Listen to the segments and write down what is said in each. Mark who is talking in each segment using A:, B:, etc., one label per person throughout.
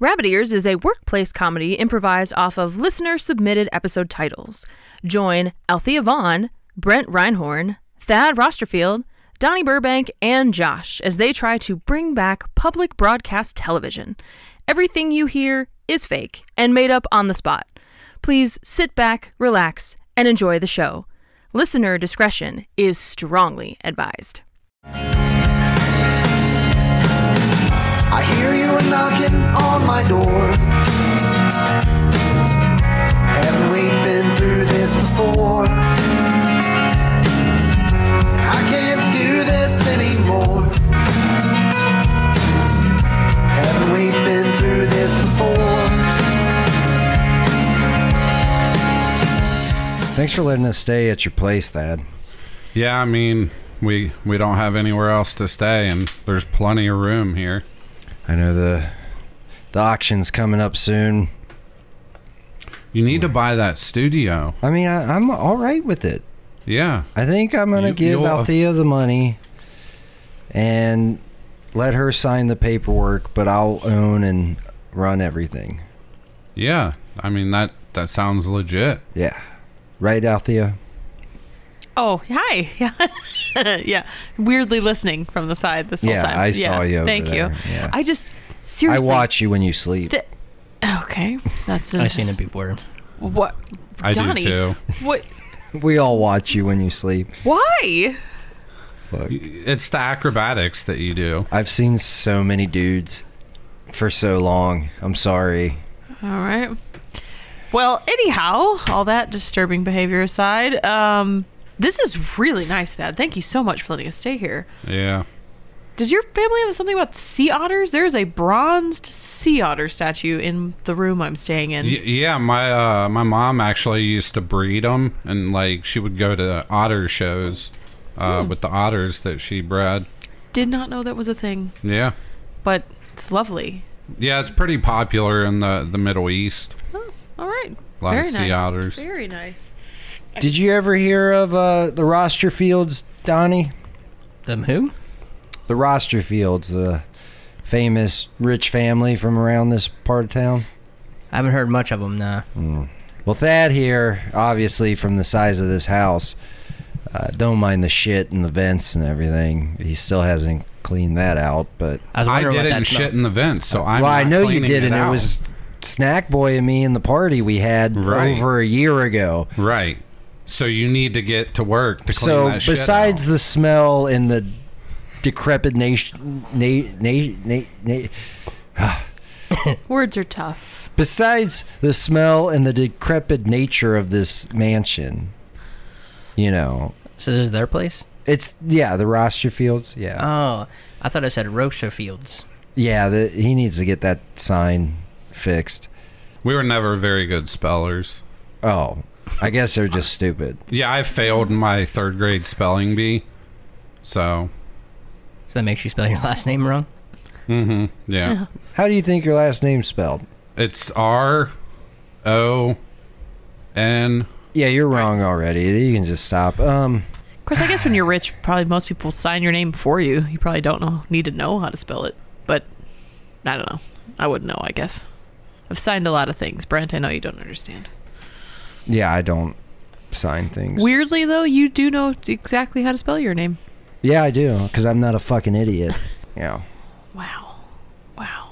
A: Rabbit Ears is a workplace comedy improvised off of listener submitted episode titles. Join Althea Vaughn, Brent Reinhorn, Thad Rosterfield, Donnie Burbank, and Josh as they try to bring back public broadcast television. Everything you hear is fake and made up on the spot. Please sit back, relax, and enjoy the show. Listener discretion is strongly advised.
B: I hear you a knocking on my door. Haven't we been through this before? I can't do this anymore. Haven't we been through this before?
C: Thanks for letting us stay at your place, Thad.
D: Yeah, I mean, we we don't have anywhere else to stay, and there's plenty of room here.
C: I know the the auction's coming up soon.
D: You need to buy that studio.
C: I mean, I, I'm all right with it.
D: Yeah,
C: I think I'm gonna
D: You-
C: give
D: you'll-
C: Althea the money and let her sign the paperwork, but I'll own and run everything.
D: yeah. I mean that that sounds legit.
C: Yeah, right, Althea.
E: Oh, hi. Yeah. yeah. Weirdly listening from the side this whole
C: Yeah,
E: time.
C: I saw you over
E: Thank
C: there.
E: you.
C: Yeah.
E: I just seriously
C: I watch you when you sleep.
E: Th- Okay. That's
F: I've seen it before.
E: What
D: I do
E: Donnie,
D: too.
E: What
C: we all watch you when you sleep.
E: why?
C: Look,
D: It's the acrobatics that you do.
C: I've seen so many dudes for so long. I'm sorry.
E: All right. Well, anyhow, Oh, all that disturbing behavior aside, um this is really nice, Thad. Thank you so much for letting us stay here.
D: Yeah.
E: Does your family have something about sea otters? There is a bronzed sea otter statue in the room I'm staying in.
D: Y- yeah, my uh, my mom actually used to breed them, and like she would go to otter shows uh,
E: Hmm.
D: with the otters that she bred.
E: Did not know that was a thing,
D: Yeah,
E: but it's lovely.
D: yeah, it's pretty popular in the the Middle East.
E: All right.
D: Lot
E: Very
D: of sea
E: nice.
D: otters.
E: Very nice.
C: Did you ever hear of uh, the roster fields, Donnie?
F: Them who?
C: The roster fields, the famous rich family from around this part of town.
F: I haven't heard much of them. Nah.
C: Well, Thad here, obviously from the size of this house, uh, don't mind the shit and the vents and everything. He still hasn't cleaned that out, but
F: I was
D: I
F: wondering
D: did
F: what
D: it
F: that
D: and
F: smell-
D: shit in the vents, so I'm.
C: well, I
D: not
C: know you
D: cleaning
C: did, and
D: out.
C: it was Snack Boy and me and the party we had
D: Right.
C: over a year ago.
D: Right. So you need to get to work to clean
C: So
D: that shit
C: besides
D: out.
C: the smell and the decrepit nation, na, na, na, na,
E: Words are tough.
C: besides the smell and the decrepit nature of this mansion, you know,
F: So this is their place?
C: it's yeah the roster fields, yeah,
G: Uh.
F: Oh, I thought it said Rocha Fields.
C: yeah. The, he needs to get that sign fixed.
D: we were never very good spellers.
C: Oh, I guess they're just stupid.
D: Yeah, I failed my third grade spelling bee. So
F: So that makes you spell your last name wrong.
D: yeah.
C: How do you think your last name's spelled?
D: It's R O N
C: Yeah, you're wrong already. You can just stop. Um,
E: Of course, I guess when you're rich, probably most people sign your name for you. You probably don't know, need to know how to spell it. But I don't know. I wouldn't know, I guess. I've signed a lot of things, Brent. I know you don't understand.
C: yeah, I don't sign things.
E: Weirdly, though, you do know exactly how to spell your name.
C: Yeah, I do, because I'm not a fucking idiot. Yeah.
E: Wow. Wow.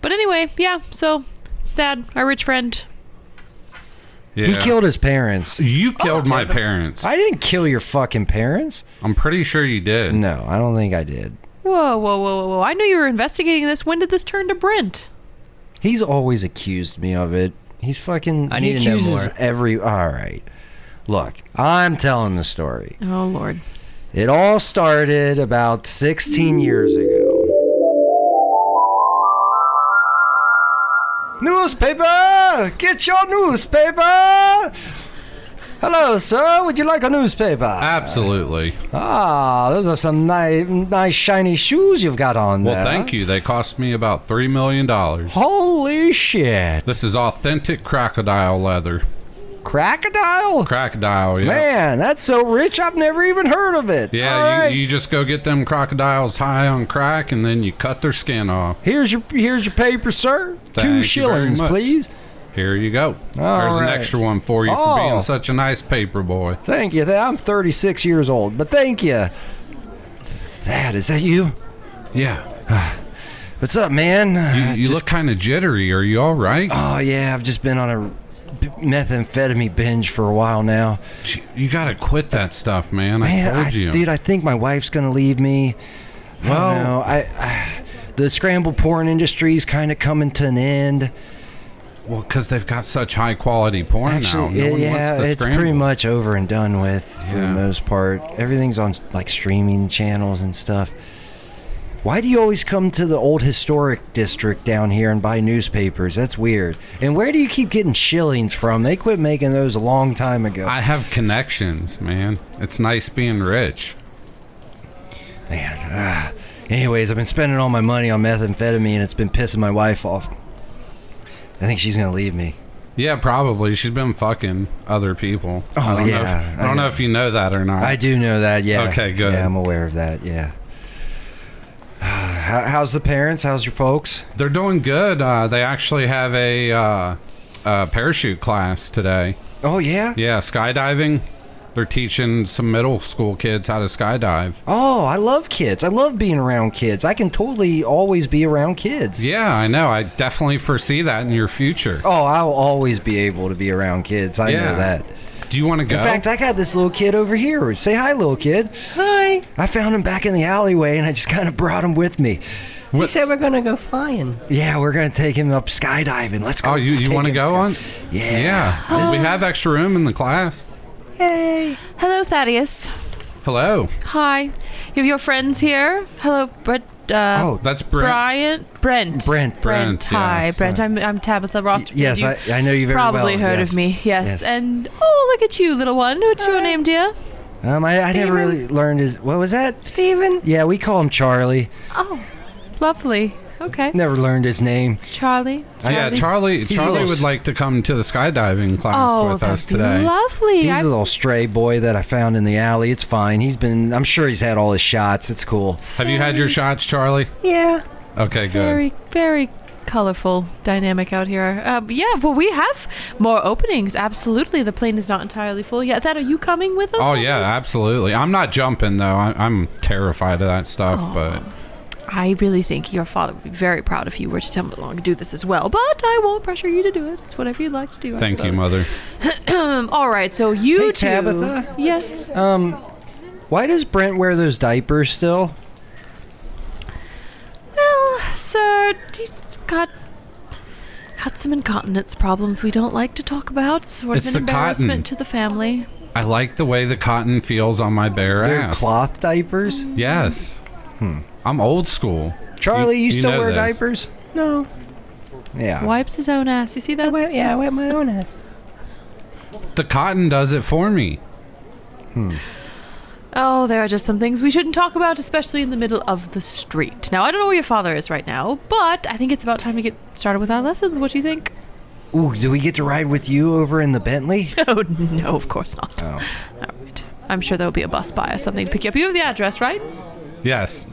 E: But anyway, yeah, so it's Thad, our rich friend.
D: yeah.
C: He killed his parents.
D: You killed my parents.
C: I didn't kill your fucking parents.
D: I'm pretty sure you did.
C: No, I don't think I did.
E: Whoa, whoa, whoa, whoa, whoa. I knew you were investigating this. When did this turn to Brent?
C: He's always accused me of it. He's fucking.
F: I
C: he
F: need to know
C: accuses
F: more.
C: every. All right. Look, I'm telling the story.
E: Oh, Lord.
C: It all started about 16 years ago. Newspaper! Get your newspaper! Hello, sir. Would you like a newspaper?
D: Absolutely.
C: Ah, those are some nice, nice shiny shoes you've got on
D: Well,
C: there.
D: thank you. They cost me about $3 million.
C: Holy shit.
D: This is authentic crocodile leather.
C: Crocodile?
D: Crocodile, yeah.
C: Man, that's so rich. I've never even heard of it.
D: Yeah,
C: All right.
D: you, you just go get them crocodiles high on crack and then you cut their skin off.
C: here's your here's your paper, sir.
D: Thank you
C: Two
D: very
C: shillings,
D: much.
C: please.
D: Here you go.
C: All
D: There's an
C: right.
D: extra one for you for
C: Oh.
D: being such a nice paper boy.
C: Thank you. I'm 36 years old, but thank you. That is that you?
D: Yeah.
C: What's up, man?
D: You,
C: Uh,
D: you
C: just-
D: look kind of jittery. Are you all right?
C: Oh yeah, I've just been on a b- methamphetamine binge for a while now.
D: Gee, you got to quit that stuff, man.
C: Man,
D: I
C: I,
D: told you.
C: dude, I think my wife's gonna leave me. I don't
D: well,
C: know. I, I the scramble porn industry's kind of coming to an end.
D: well, because they've got such high quality porn
C: Actually,
D: now. No
C: yeah,
D: one
C: yeah,
D: wants to
C: it's
D: scramble.
C: pretty much over and done with for the
D: Yeah.
C: most part. Everything's on like streaming channels and stuff. Why do you always come to the old historic district down here and buy newspapers? That's weird. And where do you keep getting shillings from? They quit making those a long time ago.
D: I have connections, man. It's nice being rich.
C: Man. ah. Anyways, I've been spending all my money on methamphetamine and it's been pissing my wife off. I think she's going to leave me.
D: Yeah, probably. She's been fucking other people.
C: Oh,
D: I don't know
C: yeah,
D: if-
C: I
D: I don't know
C: know.
D: if you know that or not.
C: I do know that, yeah.
D: Okay, good.
C: Yeah, I'm aware of that, yeah. How, how's the parents? How's your folks?
D: They're doing good. Uh, they actually have a, uh, uh parachute class today.
C: Oh, yeah?
D: Yeah, skydiving. They're teaching some middle school kids how to skydive.
C: Oh, I love kids. I love being around kids. I can totally always be around kids.
D: Yeah, I know. I definitely foresee that in your future.
C: Oh, I'll always be able to be around kids. I
D: Yeah. Oh.
C: know that.
D: Do you want to go?
C: In fact, I got this little kid over here. Say hi, little kid. Hi. I found him back in the alleyway and I just kind of brought him with me.
G: He said we're gonna go flying.
C: Yeah, we're gonna take him up skydiving. Let's go.
D: oh, you, you
C: take
D: want to
C: him
D: go
C: sky-
D: on?
C: Yeah.
D: Yeah. we have extra room in the class.
E: Hello, Thaddeus.
D: Hello.
E: Hi. You have your friends here. Hello, Brett. Uh,
C: Oh,
D: That's Brent.
E: Brian. Brent.
C: Brent.
D: Brent,
E: Hi,
D: yes.
E: Brent. I'm, I'm Tabitha Ross.
C: yes, I, I know you very
E: probably
C: well.
E: heard
C: yes.
E: of me. Yes.
C: Yes.
E: And oh, look at you, little one. What's your name, dear?
C: Um, I, I never really learned his. What was that?
G: Steven?
C: Yeah, we call him Charlie.
E: Oh, lovely. Okay,
C: Never learned his name.
E: Charlie.
D: Yeah,
E: Charlie's-
D: Charlie.
C: He's a
D: Charlie
C: little-
D: would like to come to the skydiving class
E: Oh,
D: with us
E: that's
D: today.
E: lovely.
C: He's
E: I
C: a little stray boy that I found in the alley. It's fine. He's been. I'm sure he's had all his shots. It's cool.
D: have you had your shots, Charlie?
G: Yeah.
D: Okay, good.
E: very, very colorful dynamic out here. Um, yeah, well, we have more openings. Absolutely, the plane is not entirely full yet. That are you coming with us?
D: Oh
E: on
D: yeah, absolutely. I'm not jumping though. I, I'm terrified of that stuff, but
E: this? I really think your father would be very proud if you were to tell along to do this as well. But I won't pressure you to do it. It's whatever you'd like to do. I
D: thank you,
E: suppose.
D: mother.
E: Um, all right, so you
C: Hey,
E: two.
C: Tabitha.
E: Yes.
C: Why does Brent wear those diapers still?
E: Well, sir, he's got got some incontinence problems we don't like to talk about. It's sort
D: It's
E: of
D: the
E: an embarrassment
D: cotton.
E: to the family.
D: I like the way the cotton feels on my bare
C: They're
D: ass.
C: cloth diapers.
D: Yes. I'm old school.
C: Charlie, you,
D: you
C: still
D: know
C: wear
D: this.
C: diapers?
G: No.
C: Yeah.
E: Wipes his own ass. You see that?
G: Oh, Well, yeah, I wet my own ass.
D: The cotton does it for me.
E: Oh, there are just some things we shouldn't talk about, especially in the middle of the street. Now, I don't know where your father is right now, but I think it's about time to get started with our lessons. What do you think?
C: Ooh, do we get to ride with you over in the Bentley?
E: Oh, no, of course not.
C: Oh.
E: All right. I'm sure there'll be a bus by or something to pick you up. You have the address, right?
D: Yes.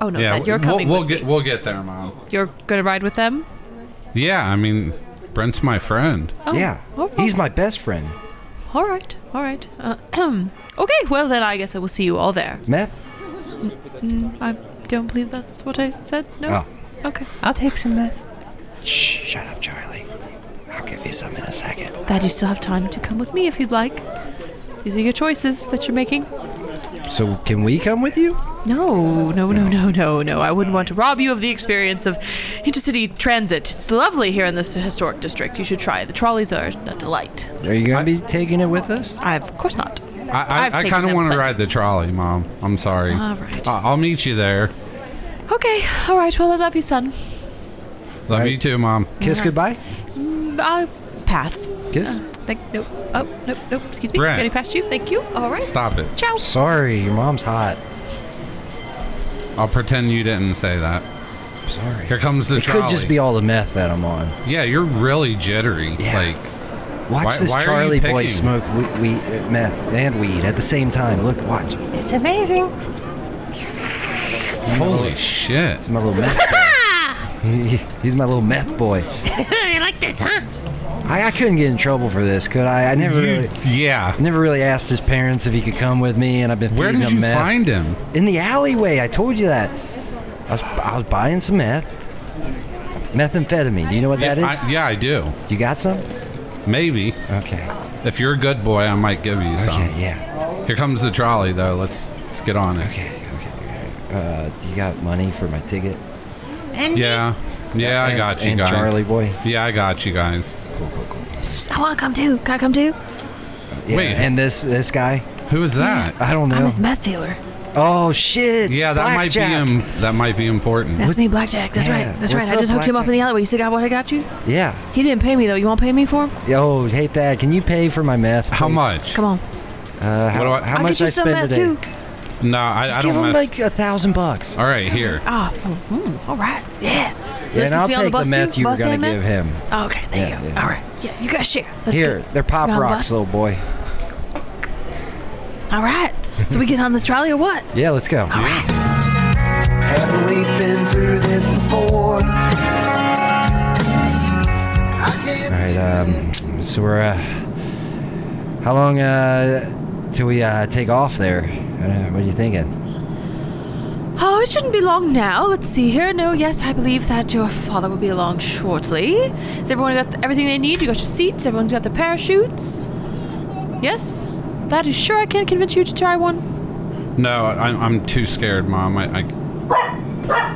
E: Oh, no,
D: Yeah.
E: that you're
D: we'll,
E: coming.
D: we'll
E: with
D: get
E: me.
D: we'll get there, mom.
E: You're going to ride with them?
D: Yeah, I mean, Brent's my friend.
E: Oh,
C: yeah.
E: all right.
C: He's my best friend.
E: All right, all right. Uh, okay, well then I guess I will see you all there.
C: Meth?
E: I don't believe that's what I said. No. Okay.
G: I'll take some meth.
C: Oh, Shh, shut up, Charlie. I'll give you some in a second.
E: Dad, you still have time to come with me if you'd like. These are your choices that you're making.
C: So, can we come with you?
E: No, no, no, no, no, no. I wouldn't want to rob you of the experience of intercity transit. It's lovely here in this historic district. You should try. it. The trolleys are a delight.
C: Are you going to be taking it with us?
E: I, of course not.
D: I
E: I've
D: I, I
E: taken
D: kind of
E: them
D: want to
E: plenty.
D: ride the trolley, mom. I'm sorry.
E: All right.
D: I- I'll meet you there.
E: Okay, all right. Well, I love you, son.
D: Love
C: Right.
D: you too, mom.
C: Kiss goodbye?
E: I'll pass.
C: Kiss?
E: Thank, nope. Oh, nope, nope. Excuse me.
D: Brent.
E: Getting past you. Thank you. All right.
D: Stop it.
E: Ciao.
C: Sorry, your mom's hot.
D: I'll pretend you didn't say that.
C: Sorry.
D: Here comes the
C: It
D: trolley.
C: could just be all the meth that I'm on.
D: yeah, you're really jittery.
C: Yeah.
D: Like
C: Watch
D: Why-
C: this
D: why are you
C: Charlie boy
D: picking?
C: smoke we- we uh, meth and weed at the same time. Look, watch.
F: It's amazing.
D: Holy shit.
C: He's my little meth boy. He- He's my little meth boy.
F: you like this, huh?
C: I, I couldn't get in trouble for this, could I? I never
D: You,
C: really,
D: yeah.
C: never really asked his parents if he could come with me, and I've been
D: Where
C: feeding
D: did
C: him
D: you
C: meth.
D: find him?
C: in the alleyway. I told you that. I was, I was buying some meth. Methamphetamine. Do you know what that is?
D: I, yeah, I do.
C: you got some?
D: Maybe.
C: Okay.
D: If you're a good boy, I might give you some.
C: Okay. Yeah.
D: Here comes the trolley, though. Let's let's get on it.
C: Okay. Okay. Uh, you got money for my ticket?
D: Yeah. Yeah, I
C: And-
D: got you
C: and
D: guys.
C: Charlie boy.
D: Yeah, I got you guys.
H: I want to come too. Can I come too?
C: Yeah.
D: Wait.
C: And this this guy?
D: Who is that?
C: I don't
H: I'm
C: know.
H: his meth dealer.
C: oh shit.
D: Yeah, that
C: Blackjack.
D: might be im- that might be important.
H: That's me, Blackjack. That's
C: Yeah,
H: right. That's
C: what's
H: right. I
C: up,
H: just hooked him up in
C: Blackjack?
H: the alleyway. You still got what I got you?
C: Yeah.
H: He didn't pay me though. You won't pay me for him?
C: Yo, hey Thad, can you pay for my meth?
D: How
C: please?
D: much?
H: Come on.
C: Uh, how
D: What do I-
C: how
H: I'll
C: much
H: get you
C: I
H: some
C: spend
H: meth
C: today?
H: too.
D: No, I,
C: Just
D: I
C: give
D: don't
C: him
D: mess.
C: like a thousand bucks.
D: All right, here.
H: Ah, oh, mm, all right. Yeah. So
C: Yeah,
H: this
C: and I'll
H: must be on
C: take
H: the bus
C: meth
H: too?
C: you were
H: Bus
C: gonna
H: and meth?
C: give him.
H: Oh, okay, there
C: Yeah,
H: you go.
C: yeah.
H: All right. Yeah, you got to share. Let's
C: Here,
H: go.
C: they're pop
H: You're on the
C: rocks,
H: bus?
C: little boy.
H: All right. So we get on this trolley or what?
C: Yeah, let's go.
H: All right.
B: Haven't we been through this before? I can't
C: All right. Um, so we're. Uh, how long uh, till we uh, take off there? Uh, what are you thinking?
H: Oh, it shouldn't be long now. Let's see here. No, yes, I believe that your father will be along shortly. Has everyone got th- everything they need? You got your seats. Everyone's got their parachutes. Yes. That is sure I can convince you to try one.
D: No, I'm, I'm too scared, Mom. I, I,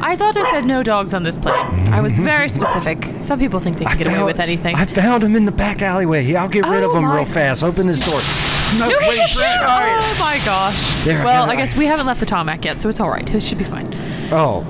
E: I thought I said no dogs on this plane. I was very specific. Some people think they can get away
C: found-
E: with anything.
C: I found him in the back alleyway. Here, I'll get rid of
H: Oh
C: him
H: my
C: real fast. Open this door.
D: no, wait, Brett.
E: Oh my gosh.
C: There,
E: well,
C: there,
E: I guess
C: I-
E: we haven't left the tarmac yet, so it's all right. It should be fine.
C: Oh,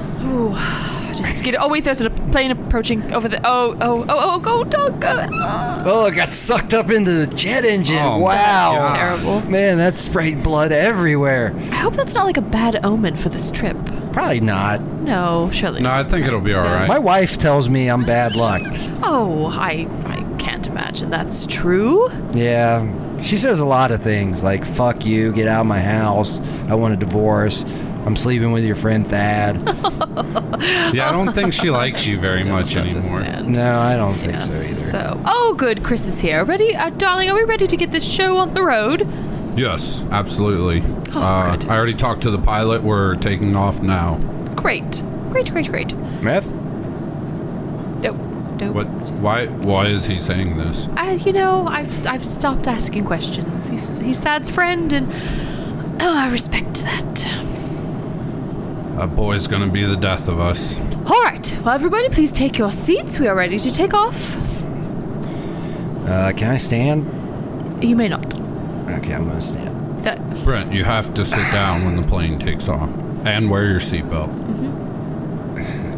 E: Just get. Oh wait, there's a plane approaching over the. Oh oh oh oh go dog go. Oh,
C: oh! It got sucked up into the jet engine.
D: Oh, my
C: wow.
D: God.
E: terrible.
C: Man, that sprayed blood everywhere.
E: Ah. I hope that's not like a bad omen for this trip.
C: Probably not.
E: No, surely.
D: No, I think it'll be all right.
C: My wife tells me I'm bad luck.
E: Oh, I I can't imagine that's true.
C: Yeah, she says a lot of things like "fuck you," "get out of my house," "I want a divorce," "I'm sleeping with your friend Thad."
D: Yeah, I don't think she likes you very much anymore.
E: Understand.
C: No, I don't think so either.
E: Yes. So, oh, good. Chris is here. Ready, uh, darling? Are we ready to get this show on the road?
D: Yes, absolutely. uh,
E: Oh, good.
D: I already talked to the pilot. We're taking off now.
E: Great, great, great, great.
C: Meth?
E: Nope, nope.
D: What? Why? Why is he saying this?
E: I, you know, I've I've stopped asking questions. He's he's Thad's friend, and oh, I respect that.
D: A boy's gonna be the death of us.
E: All right. Well, everybody, please take your seats. We are ready to take off.
C: Uh, can I stand?
E: You may not.
C: Okay, I'm gonna stand.
E: That,
D: Brent, you have to sit down when the plane takes off and wear your seatbelt.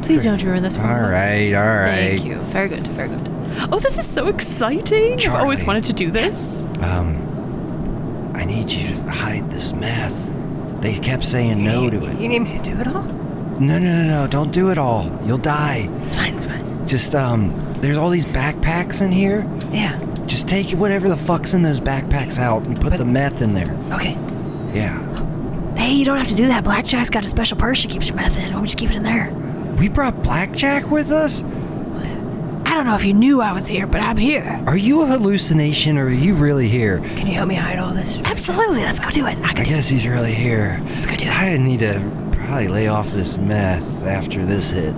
E: please don't ruin this for
C: All
E: us.
C: right, all right.
E: Thank you. Very good. Very good. Oh, this is so exciting! I've always
C: Charlie.
E: wanted to do this.
C: Um, I need you to hide this meth. They kept saying no to it.
F: You need me to do it all?
C: No, no, no, no! Don't do it all. You'll die.
F: It's fine, it's fine.
C: Just um, there's all these backpacks in here.
F: Yeah,
C: Just take whatever the fuck's in those backpacks out and put the meth in there.
F: okay.
C: Yeah.
H: Hey, you don't have to do that. Blackjack's got a special purse she keeps your meth in. Why don't we just keep it in there?
C: We brought Blackjack with us?
H: I don't know if you knew I was here, but I'm here.
C: Are you a hallucination or are you really here?
F: Can you help me hide all this?
H: Absolutely. Let's go do it. I
C: I
H: can do it.
C: guess he's really here.
H: Let's go do it.
C: I need to probably lay off this meth after this hit.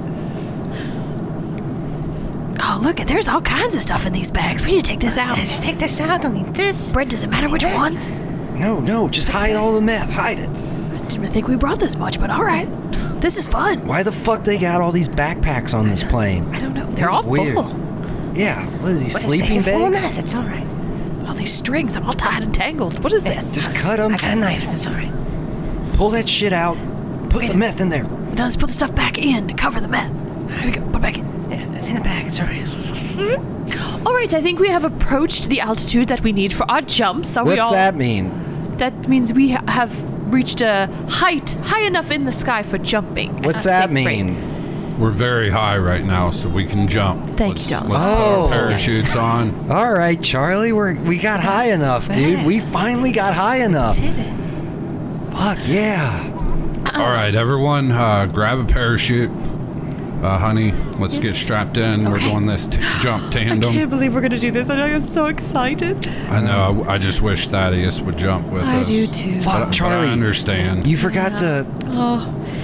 H: Oh, look, there's all kinds of stuff in these bags. We need to take this out.
F: Let's take this out. I need this.
H: Brent, does it matter which ones?
C: No, no, just hide all the meth. Hide it.
H: Didn't really think we brought this much, but all right. This is fun.
C: Why the fuck they got all these backpacks on this plane?
H: I don't know. They're
E: They're all
H: all
C: Weird.
E: full.
C: Yeah, what is he,
F: It's
C: sleeping
F: paid for a
C: bags?
F: mess. It's all right.
H: all these strings. I'm all tied and tangled. What is this?
C: Just cut them
F: I got a knife. It's all right.
C: pull that shit out, put the meth in there.
H: Now let's put the stuff back in to cover the meth. Here we go. Put it back in.
F: Yeah, it's in the bag. It's all right.
E: All right, I think we have approached the altitude that we need for our jumps. Are we
C: What's
E: all?
C: that mean?
E: That means we ha- have reached a height high enough in the sky for jumping. at
C: What's
E: a
C: that
E: safe rate.
C: mean?
D: We're very high right now, so we can jump.
E: Thank
D: Let's-
E: you, darling.
D: Let's put our
C: Oh.
D: parachutes on.
C: All right, Charlie, we're, we got high enough, dude. We finally got high enough.
H: Did it?
C: Fuck yeah.
D: All right, everyone, uh, grab a parachute. Uh, honey, let's get strapped in. We're doing this t- jump tandem.
I: can't believe we're gonna do this. I know I'm so excited.
D: I know. I just wish Thaddeus would jump with
E: I
D: us.
E: do too.
D: But-
C: Fuck,
D: but I
C: Uh, Charlie.
D: understand.
C: You forgot to.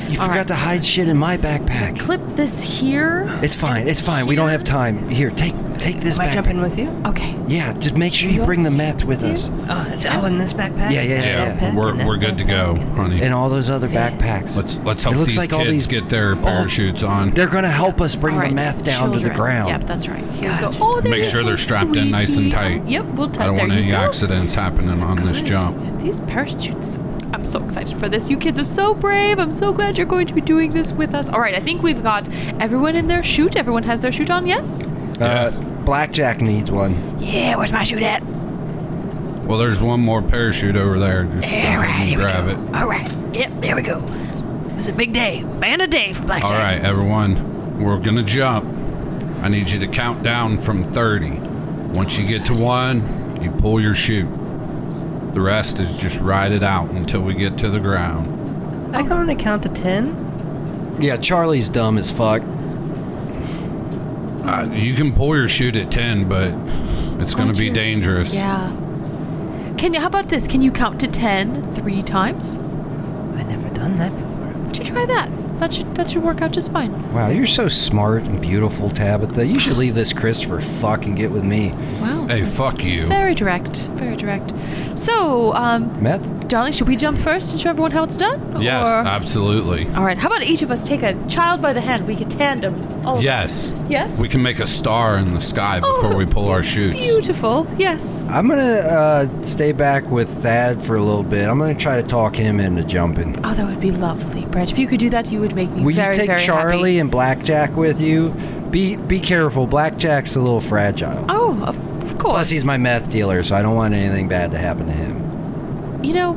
C: You forgot to hide shit in my backpack.
E: Clip this here.
C: It's fine. It's fine. We don't have time. Here, take take this
H: Am I
C: back.
H: jumping with you?
E: Okay.
C: Yeah, just make sure you bring the meth with us
H: Oh, it's all in this backpack?
C: Yeah, yeah,
D: Yeah,
C: yeah.
D: we're, we're good to go, honey.
C: and all those other backpacks.
D: let's let's help
C: It looks
D: these
C: like all
D: kids
C: these-
D: get their parachutes on.
C: They're gonna help us bring
E: All
C: the
E: right,
C: meth down to the
E: children.
C: ground.
E: Yep, that's right. Here we
H: Gotcha.
E: go. Oh, there
D: Make
E: you
D: sure
E: go,
D: they're strapped in nice and
E: sweetie.
D: tight.
E: Yep, we'll
D: I
E: tight.
D: don't
E: There
D: want any
E: you go.
D: accidents happening on this
E: Good.
D: jump.
E: These parachutes. I'm so excited for this. You kids are so brave. I'm so glad you're going to be doing this with us. All right, I think we've got everyone in their chute. Everyone has their chute on, yes?
C: Uh, Blackjack needs one.
H: Yeah, where's my shoot at?
D: Well, there's one more parachute over there. Just go
H: All
D: ahead
H: right,
D: and
H: here
D: grab
H: we
D: it.
H: go. All right. Yep, there we go. This is a big day. Man a day for Blackjack.
D: All right, everyone, we're gonna jump. I need you to count down from 30. Once you get to one, you pull your chute. The rest is just ride it out until we get to the ground.
H: I can only count to 10.
C: Yeah, Charlie's dumb as fuck.
D: Uh, you can pull your chute at 10, but it's gonna be
E: dear.
D: dangerous.
E: Yeah. Can you, how about this? Can you count to ten three times?
H: I've never done that before.
E: Why don't you try that? That should that should work out just fine.
C: Wow, you're so smart and beautiful, Tabitha. You should leave this Christopher fuck and get with me.
E: Wow.
D: Hey, fuck you.
E: Very direct. Very direct. So, um,
C: Meth?
E: darling, should we jump first and show everyone how it's done?
D: Yes, uh,
E: Or-
D: absolutely.
E: All right. How about each of us take a child by the hand? We could tandem. All of us.
D: Yes.
E: Yes.
D: We can make a star in the sky before
E: Oh,
D: we pull our chutes.
E: Beautiful. Yes.
C: I'm gonna uh, stay back with Thad for a little bit. I'm gonna try to talk him into jumping.
E: Oh, that would be lovely, Brett. If you could do that, you would make me
C: Will
E: very,
C: you take
E: very
C: Charlie
E: happy.
C: and Blackjack with you? Be be careful. Blackjack's a little fragile.
E: Oh, of of course.
C: Plus, he's my meth dealer, so I don't want anything bad to happen to him.
E: You know,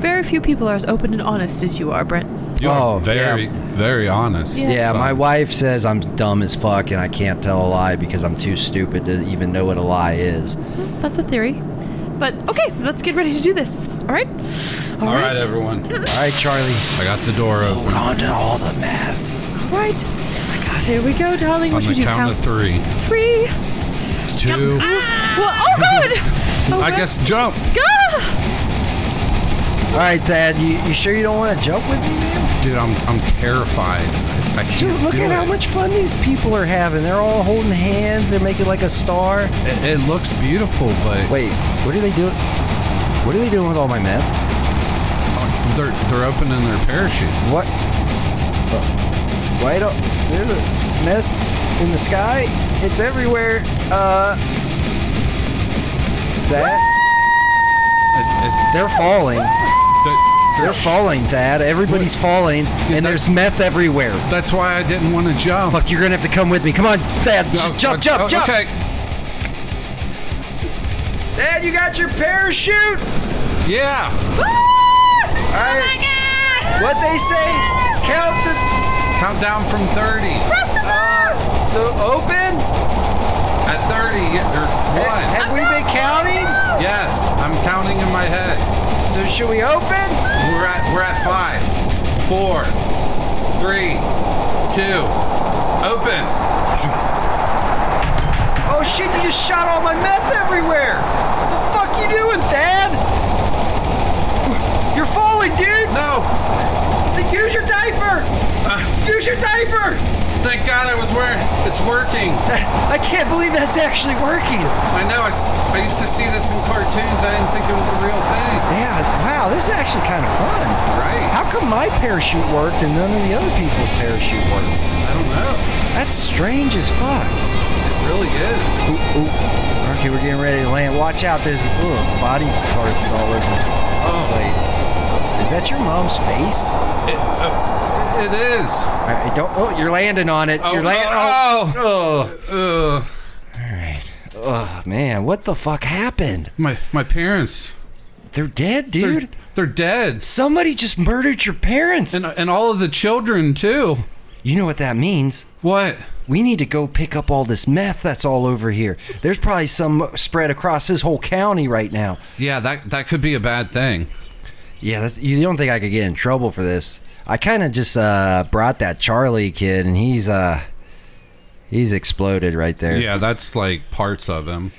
E: very few people are as open and honest as you are, Brent.
D: You
C: Oh,
D: are very, very honest.
E: Yes.
C: Yeah,
D: son.
C: my wife says I'm dumb as fuck and I can't tell a lie because I'm too stupid to even know what a lie is.
E: That's a theory. But okay, let's get ready to do this. All right.
D: All right, everyone.
C: All right, Charlie.
D: I got the door open.
C: on to all the math.
E: All right. Oh my God, here we go, darling.
D: On
E: What
D: the
E: should you
D: count
E: count?
D: of three,
E: Three.
D: two.
E: Well, oh God. Oh,
D: I
E: God.
D: guess jump.
E: Ah!
C: All right, Thad, you, you sure you don't want to jump with me, man?
D: Dude, I'm, I'm terrified. I, I can't
C: Dude, look
D: do
C: at
D: it.
C: how much fun these people are having. They're all holding hands. They're making like a star.
D: It, it looks beautiful, but
C: Wait, what are they doing? What are they doing with all my math?
D: they're they're opening their parachute.
C: What? Uh, Why don't there's a meth in the sky? It's everywhere. Uh, that
D: It, it,
C: they're falling.
D: they're-
C: They're falling, Dad. Everybody's falling, and there's meth everywhere.
D: that's why I didn't want to jump.
C: Fuck, you're gonna have to come with me. Come on, Dad.
D: No,
C: jump,
D: I-
C: jump,
D: oh,
C: jump.
D: Okay.
C: Dad, you got your parachute.
D: Yeah.
C: All right. What they say? Count the.
D: Count down from 30.
C: Uh, so open.
D: At 30, get your
C: Ha-
D: one.
C: Have we been counting?
D: Yes, I'm counting in my head.
C: So should we open?
D: We're at we're at five, four, three, two, open.
C: Oh shit! You just shot all my meth everywhere. The fuck you doing, Dad? You're falling, dude.
D: No.
C: Use your diaper.
D: Ah,
C: Use your diaper.
D: thank God I was wearing. It's working.
C: I can't believe that's actually working.
D: I know. I, s- I used to see this in cartoons. I didn't think it was a real thing.
C: Yeah, wow, this is actually kind of fun.
D: Right.
C: How come my parachute worked and none of the other people's parachute worked?
D: I don't know.
C: That's strange as fuck.
D: It really is.
C: Ooh, ooh. Okay, we're getting ready to land. Watch out, there's ugh, body parts all over.
D: Oh.
C: Wait, is that your mom's face?
D: It, uh, it is.
C: All right, don't. Oh, you're landing on it.
D: Oh,
C: you're landing.
D: no.
C: Oh,
D: Uh,
C: oh, oh, man, what the fuck happened?
D: my my parents.
C: They're dead,
D: They're,
C: dude.
D: they're dead.
C: Somebody just murdered your parents.
D: And and all of the children too.
C: You know what that means?
D: What?
C: We need to go pick up all this meth that's all over here. There's probably some spread across this whole county right now.
D: Yeah, that that could be a bad thing.
C: Yeah, that's, you don't think I could get in trouble for this? I kind of just uh, brought that Charlie kid, and he's uh, he's exploded right there.
D: Yeah, that's like parts of him.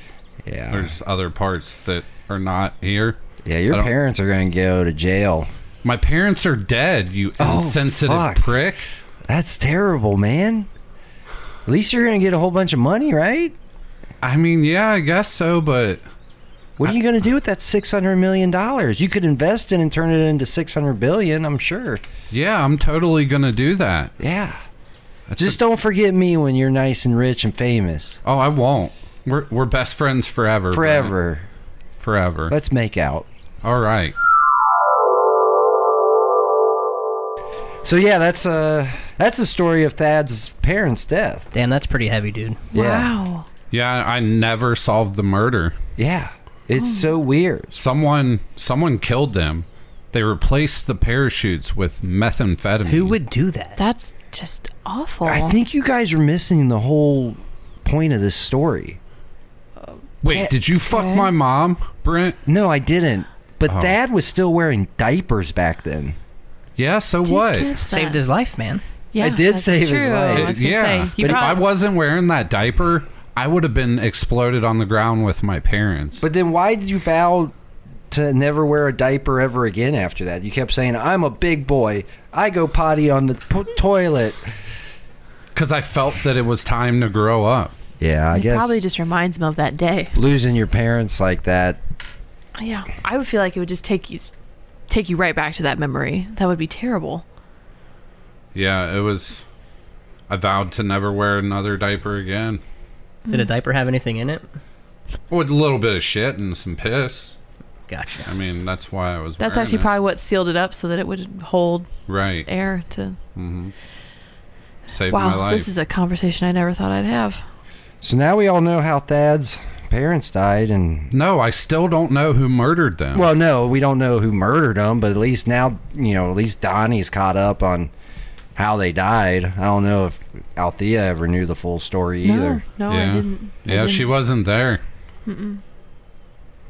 C: yeah.
D: There's other parts that are not here.
C: yeah,
D: I
C: your
D: don't-
C: parents are gonna go to jail.
D: My parents are dead, you
C: Oh,
D: insensitive
C: fuck.
D: prick.
C: That's terrible, man. At least you're gonna get a whole bunch of money, right?
D: I mean, yeah, I guess so, but
C: What are you gonna do with that six hundred million dollars? You could invest it and turn it into six hundred billion. I'm sure.
D: yeah, I'm totally going to do that.
C: Yeah.
D: That's
C: Just
D: a-
C: don't forget me when you're nice and rich and famous
D: Oh, I won't. We're we're best friends forever. Brent.
C: forever.
D: Forever.
C: Let's make out.
D: All right.
C: So yeah, that's uh that's the story of Thad's parents' death.
G: Damn, that's pretty heavy, dude.
C: Yeah.
H: Wow.
D: Yeah, I never solved the murder.
C: Yeah. It's
H: Oh.
C: so weird.
D: Someone someone killed them. They replaced the parachutes with methamphetamine.
G: Who would do that?
H: That's just awful.
C: I think you guys are missing the whole point of this story.
D: Wait, did you fuck my mom, Brent?
C: No, I didn't. But
D: Oh.
C: Thad was still wearing diapers back then.
D: Yeah, so
H: Did
D: what?
H: catch
G: Saved
H: that.
G: his life, man.
H: Yeah,
C: It did
H: that's
C: save his
H: true. I
C: life.
D: Uh,
H: was gonna
D: yeah.
H: say, he
D: if I
H: probably-
D: wasn't wearing that diaper, I would have been exploded on the ground with my parents.
C: But then why did you vow to never wear a diaper ever again after that? You kept saying, "I'm a big boy. I go potty on the p- toilet."
D: Because I felt that it was time to grow up.
C: Yeah, I
H: it
C: guess
H: probably just reminds him of that day.
C: losing your parents like that.
H: Yeah, I would feel like it would just take you, take you right back to that memory. That would be terrible.
D: Yeah, it was. I vowed to never wear another diaper again.
G: Did a diaper have anything in it?
D: With a little bit of shit and some piss. I
G: Gotcha.
D: mean, that's why I was.
H: That's
D: wearing
H: actually
D: it.
H: probably what sealed it up so that it would hold
D: right.
H: air to.
D: Saved my
H: Wow,
D: life.
H: this is a conversation I never thought I'd have.
C: So now we all know how Thad's parents died, and
D: no, I still don't know who murdered them.
C: well, no, we don't know who murdered them, but at least now you know. At least Donnie's caught up on how they died. I don't know if Althea ever knew the full story either.
H: No, no, I
D: Yeah.
H: didn't. I
D: yeah, she
H: didn't.
D: wasn't there.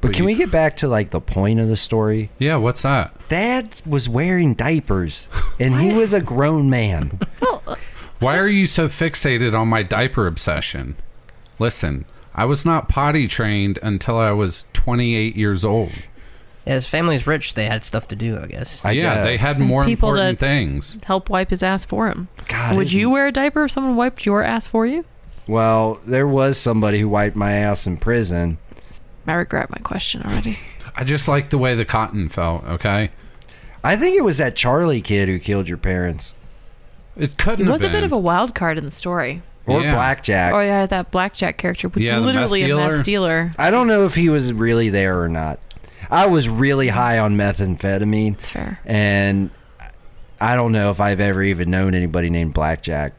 C: But can
D: you-
C: we get back to like the point of the story?
D: Yeah, what's that?
C: Dad was wearing diapers, and he was a grown man.
D: Why are you so fixated on my diaper obsession? Listen, I was not potty trained until I was 28 years old.
G: Yeah, his family's rich. They had stuff to do, I guess.
C: I
D: yeah, they
C: guess.
D: had more
H: People
D: important
H: that-
D: things.
H: Help wipe his ass for him.
C: God,
H: would
C: it-
H: you wear a diaper if someone wiped your ass for you?
C: Well, there was somebody who wiped my ass in prison.
H: I regret my question already.
D: I just like the way the cotton felt, okay?
C: I think it was that Charlie kid who killed your parents,
D: It couldn't
H: It was a
D: have been.
H: bit of a wild card in the story.
C: or
D: Yeah.
C: Blackjack.
H: Oh yeah, that blackjack character was
D: Yeah, the meth
H: literally a
D: dealer.
H: meth dealer.
C: I don't know if he was really there or not. I was really high on methamphetamine,
H: It's fair.
C: and I don't know if I've ever even known anybody named Blackjack.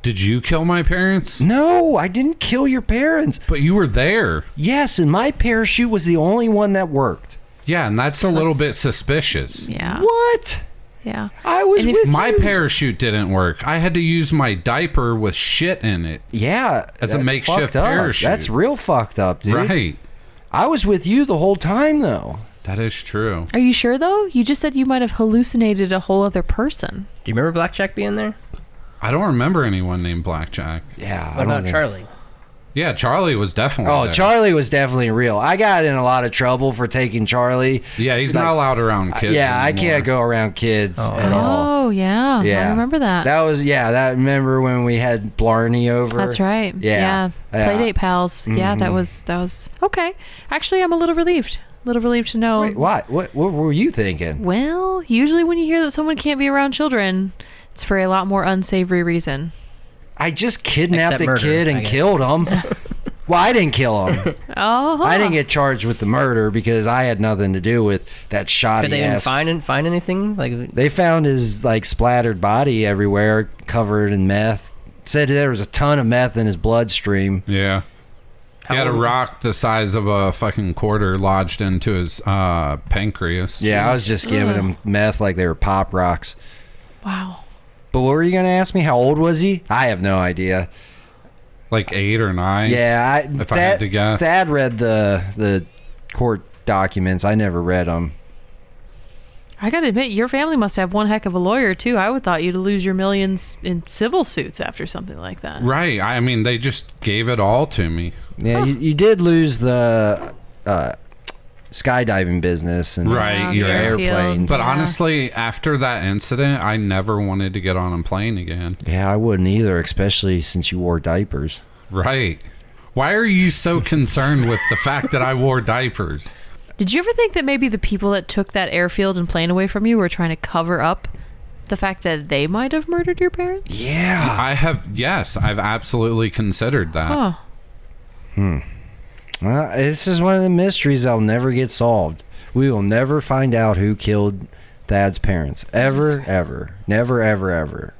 D: Did you kill my parents?
C: No, I didn't kill your parents.
D: But you were there.
C: Yes, and my parachute was the only one that worked.
D: Yeah, and that's a little bit suspicious.
H: Yeah.
C: What?
H: Yeah.
C: I was
H: Ah. And if-
C: with
D: My
C: you.
D: parachute didn't work. I had to use my diaper with shit in it.
C: Yeah,
D: As a
C: that's
D: makeshift
C: fucked up.
D: parachute.
C: That's real fucked up, dude.
D: Right.
C: I was with you the whole time though.
D: That is true.
H: Are you sure though? You just said you might have hallucinated a whole other person.
G: Do you remember Blackjack being there?
D: I don't remember anyone named Blackjack.
C: Yeah.
G: What about Charlie?
D: Yeah, Charlie was definitely.
C: Oh,
D: there.
C: Charlie was definitely real. I got in a lot of trouble for taking Charlie.
D: Yeah, he's not
C: Like- uh,
D: allowed around kids.
C: yeah, I
D: anymore.
C: can't go around kids at all.
H: Oh yeah.
C: Yeah.
H: I remember that.
C: That was yeah, that remember when we had Blarney over?
H: That's right.
C: Yeah. Yeah.
H: Playdate pals. Yeah, that was that was okay. Actually, I'm a little relieved. A little relieved to know.
C: Wait, what? What what were you thinking?
H: Well, usually when you hear that someone can't be around children, it's for a lot more unsavory reason.
C: I just kidnapped
G: Except
C: a
G: murder,
C: kid
G: I
C: and
G: guess.
C: killed him. well, I didn't kill him.
H: Oh. huh.
C: I didn't get charged with the murder because I had nothing to do with that shoddy
G: But they didn't
C: ass
G: find find anything. Like
C: They found his like splattered body everywhere, covered in meth. Said there was a ton of meth in his bloodstream.
D: Yeah.
G: How
D: he had a
G: old was-
D: rock the size of a fucking quarter lodged into his uh, pancreas.
C: Yeah, I was just giving him meth like they were pop rocks.
H: Wow.
C: But what were you going to ask me? How old was he? I have no idea.
D: Like eight or nine.
C: Yeah, I,
D: If I had to guess.
C: Thad read the the court documents. I never read them.
E: I gotta admit, your family must have one heck of a lawyer too. I would thought you'd lose your millions in civil suits after something like that.
D: Right. I mean, they just gave it all to me.
C: Yeah, you, you did lose the uh, skydiving business and
D: Right,
C: your
D: yeah.
C: airplanes.
D: But honestly, after that incident, I never wanted to get on a plane again.
C: yeah, I wouldn't either, especially since you wore diapers.
D: Right. Why are you so concerned with the fact that I wore diapers?
E: Did you ever think that maybe the people that took that airfield and plane away from you were trying to cover up the fact that they might have murdered your parents?
C: Yeah.
D: I have, yes, I've absolutely considered that.
E: Huh.
C: Well, this is one of the mysteries that'll never get solved. We will never find out who killed Thad's parents. Ever, ever. Never, ever, ever.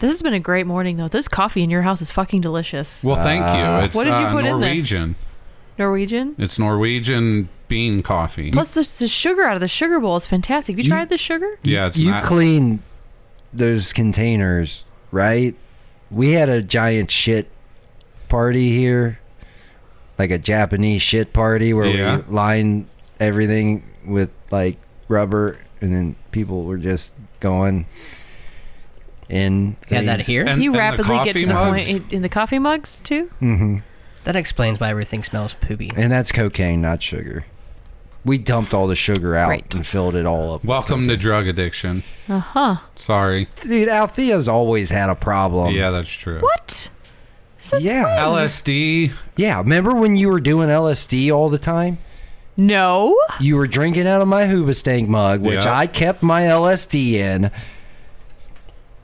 E: This has been a great morning though. This coffee in your house is fucking delicious.
D: Well, thank you. It's
E: What did you
D: uh,
E: put in this?
D: Norwegian.
E: Norwegian.
D: It's Norwegian bean coffee.
E: Plus this the sugar out of the sugar bowl is fantastic. Have you,
C: You-
E: tried the sugar?
D: yeah, it's
C: you
D: not.
C: clean those containers, right? We had a giant shit party here, like a Japanese shit party where
D: Yeah.
C: we lined everything with like rubber, and then people were just going in.
G: You had that
C: things.
G: here?
D: And-
E: he
D: and the
E: rapidly gets
D: coffee
E: to the
D: mugs?
E: point in the coffee mugs too.
G: That explains why everything smells poopy.
C: and that's cocaine, not sugar. We dumped all the sugar out
E: Right.
C: and filled it all up.
D: Welcome to drug addiction.
E: Uh huh.
D: Sorry.
C: Dude, Althea's always had a problem.
D: yeah, that's true.
E: What?
C: yeah,
D: LSD.
C: yeah. Remember when you were doing LSD all the time?
E: No.
C: You were drinking out of my Hoobastank mug, which
D: Yeah.
C: I kept my LSD in.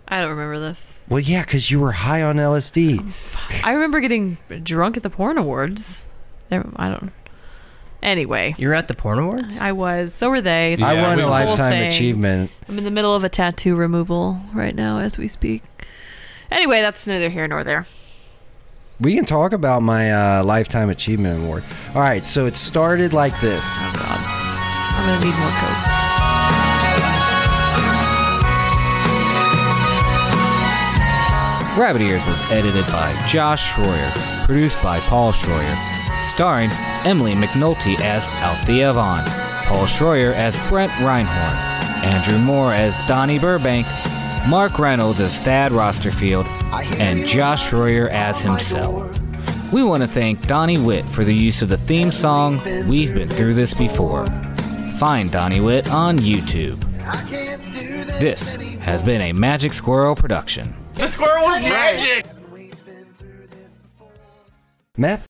E: I don't remember this.
C: Well, yeah, because you were high on LSD.
E: I remember getting drunk at the porn awards. There, I don't. Anyway,
G: You were at the porn awards?
E: I was. So were they.
D: Yeah,
C: I won
D: we
C: a
D: were.
C: lifetime
E: Whole thing.
C: achievement.
E: I'm in the middle of a tattoo removal right now as we speak. Anyway, that's neither here nor there.
C: We can talk about my uh, lifetime achievement award. All right, so it started like this.
E: I'm gonna need more coke.
J: Rabbit Ears was edited by Josh Schroyer, produced by Paul Schroyer, starring Emily McNulty as Althea Vaughn, Paul Schroyer as Brent Reinhorn, Andrew Moore as Donnie Burbank, Mark Reynolds as Thad Rosterfield, and Josh Schroyer as himself. We want to thank Donnie Witt for the use of the theme song We've Been Through This Before. Find Donnie Witt on YouTube. This has been a Magic Squirrel production.
C: Meth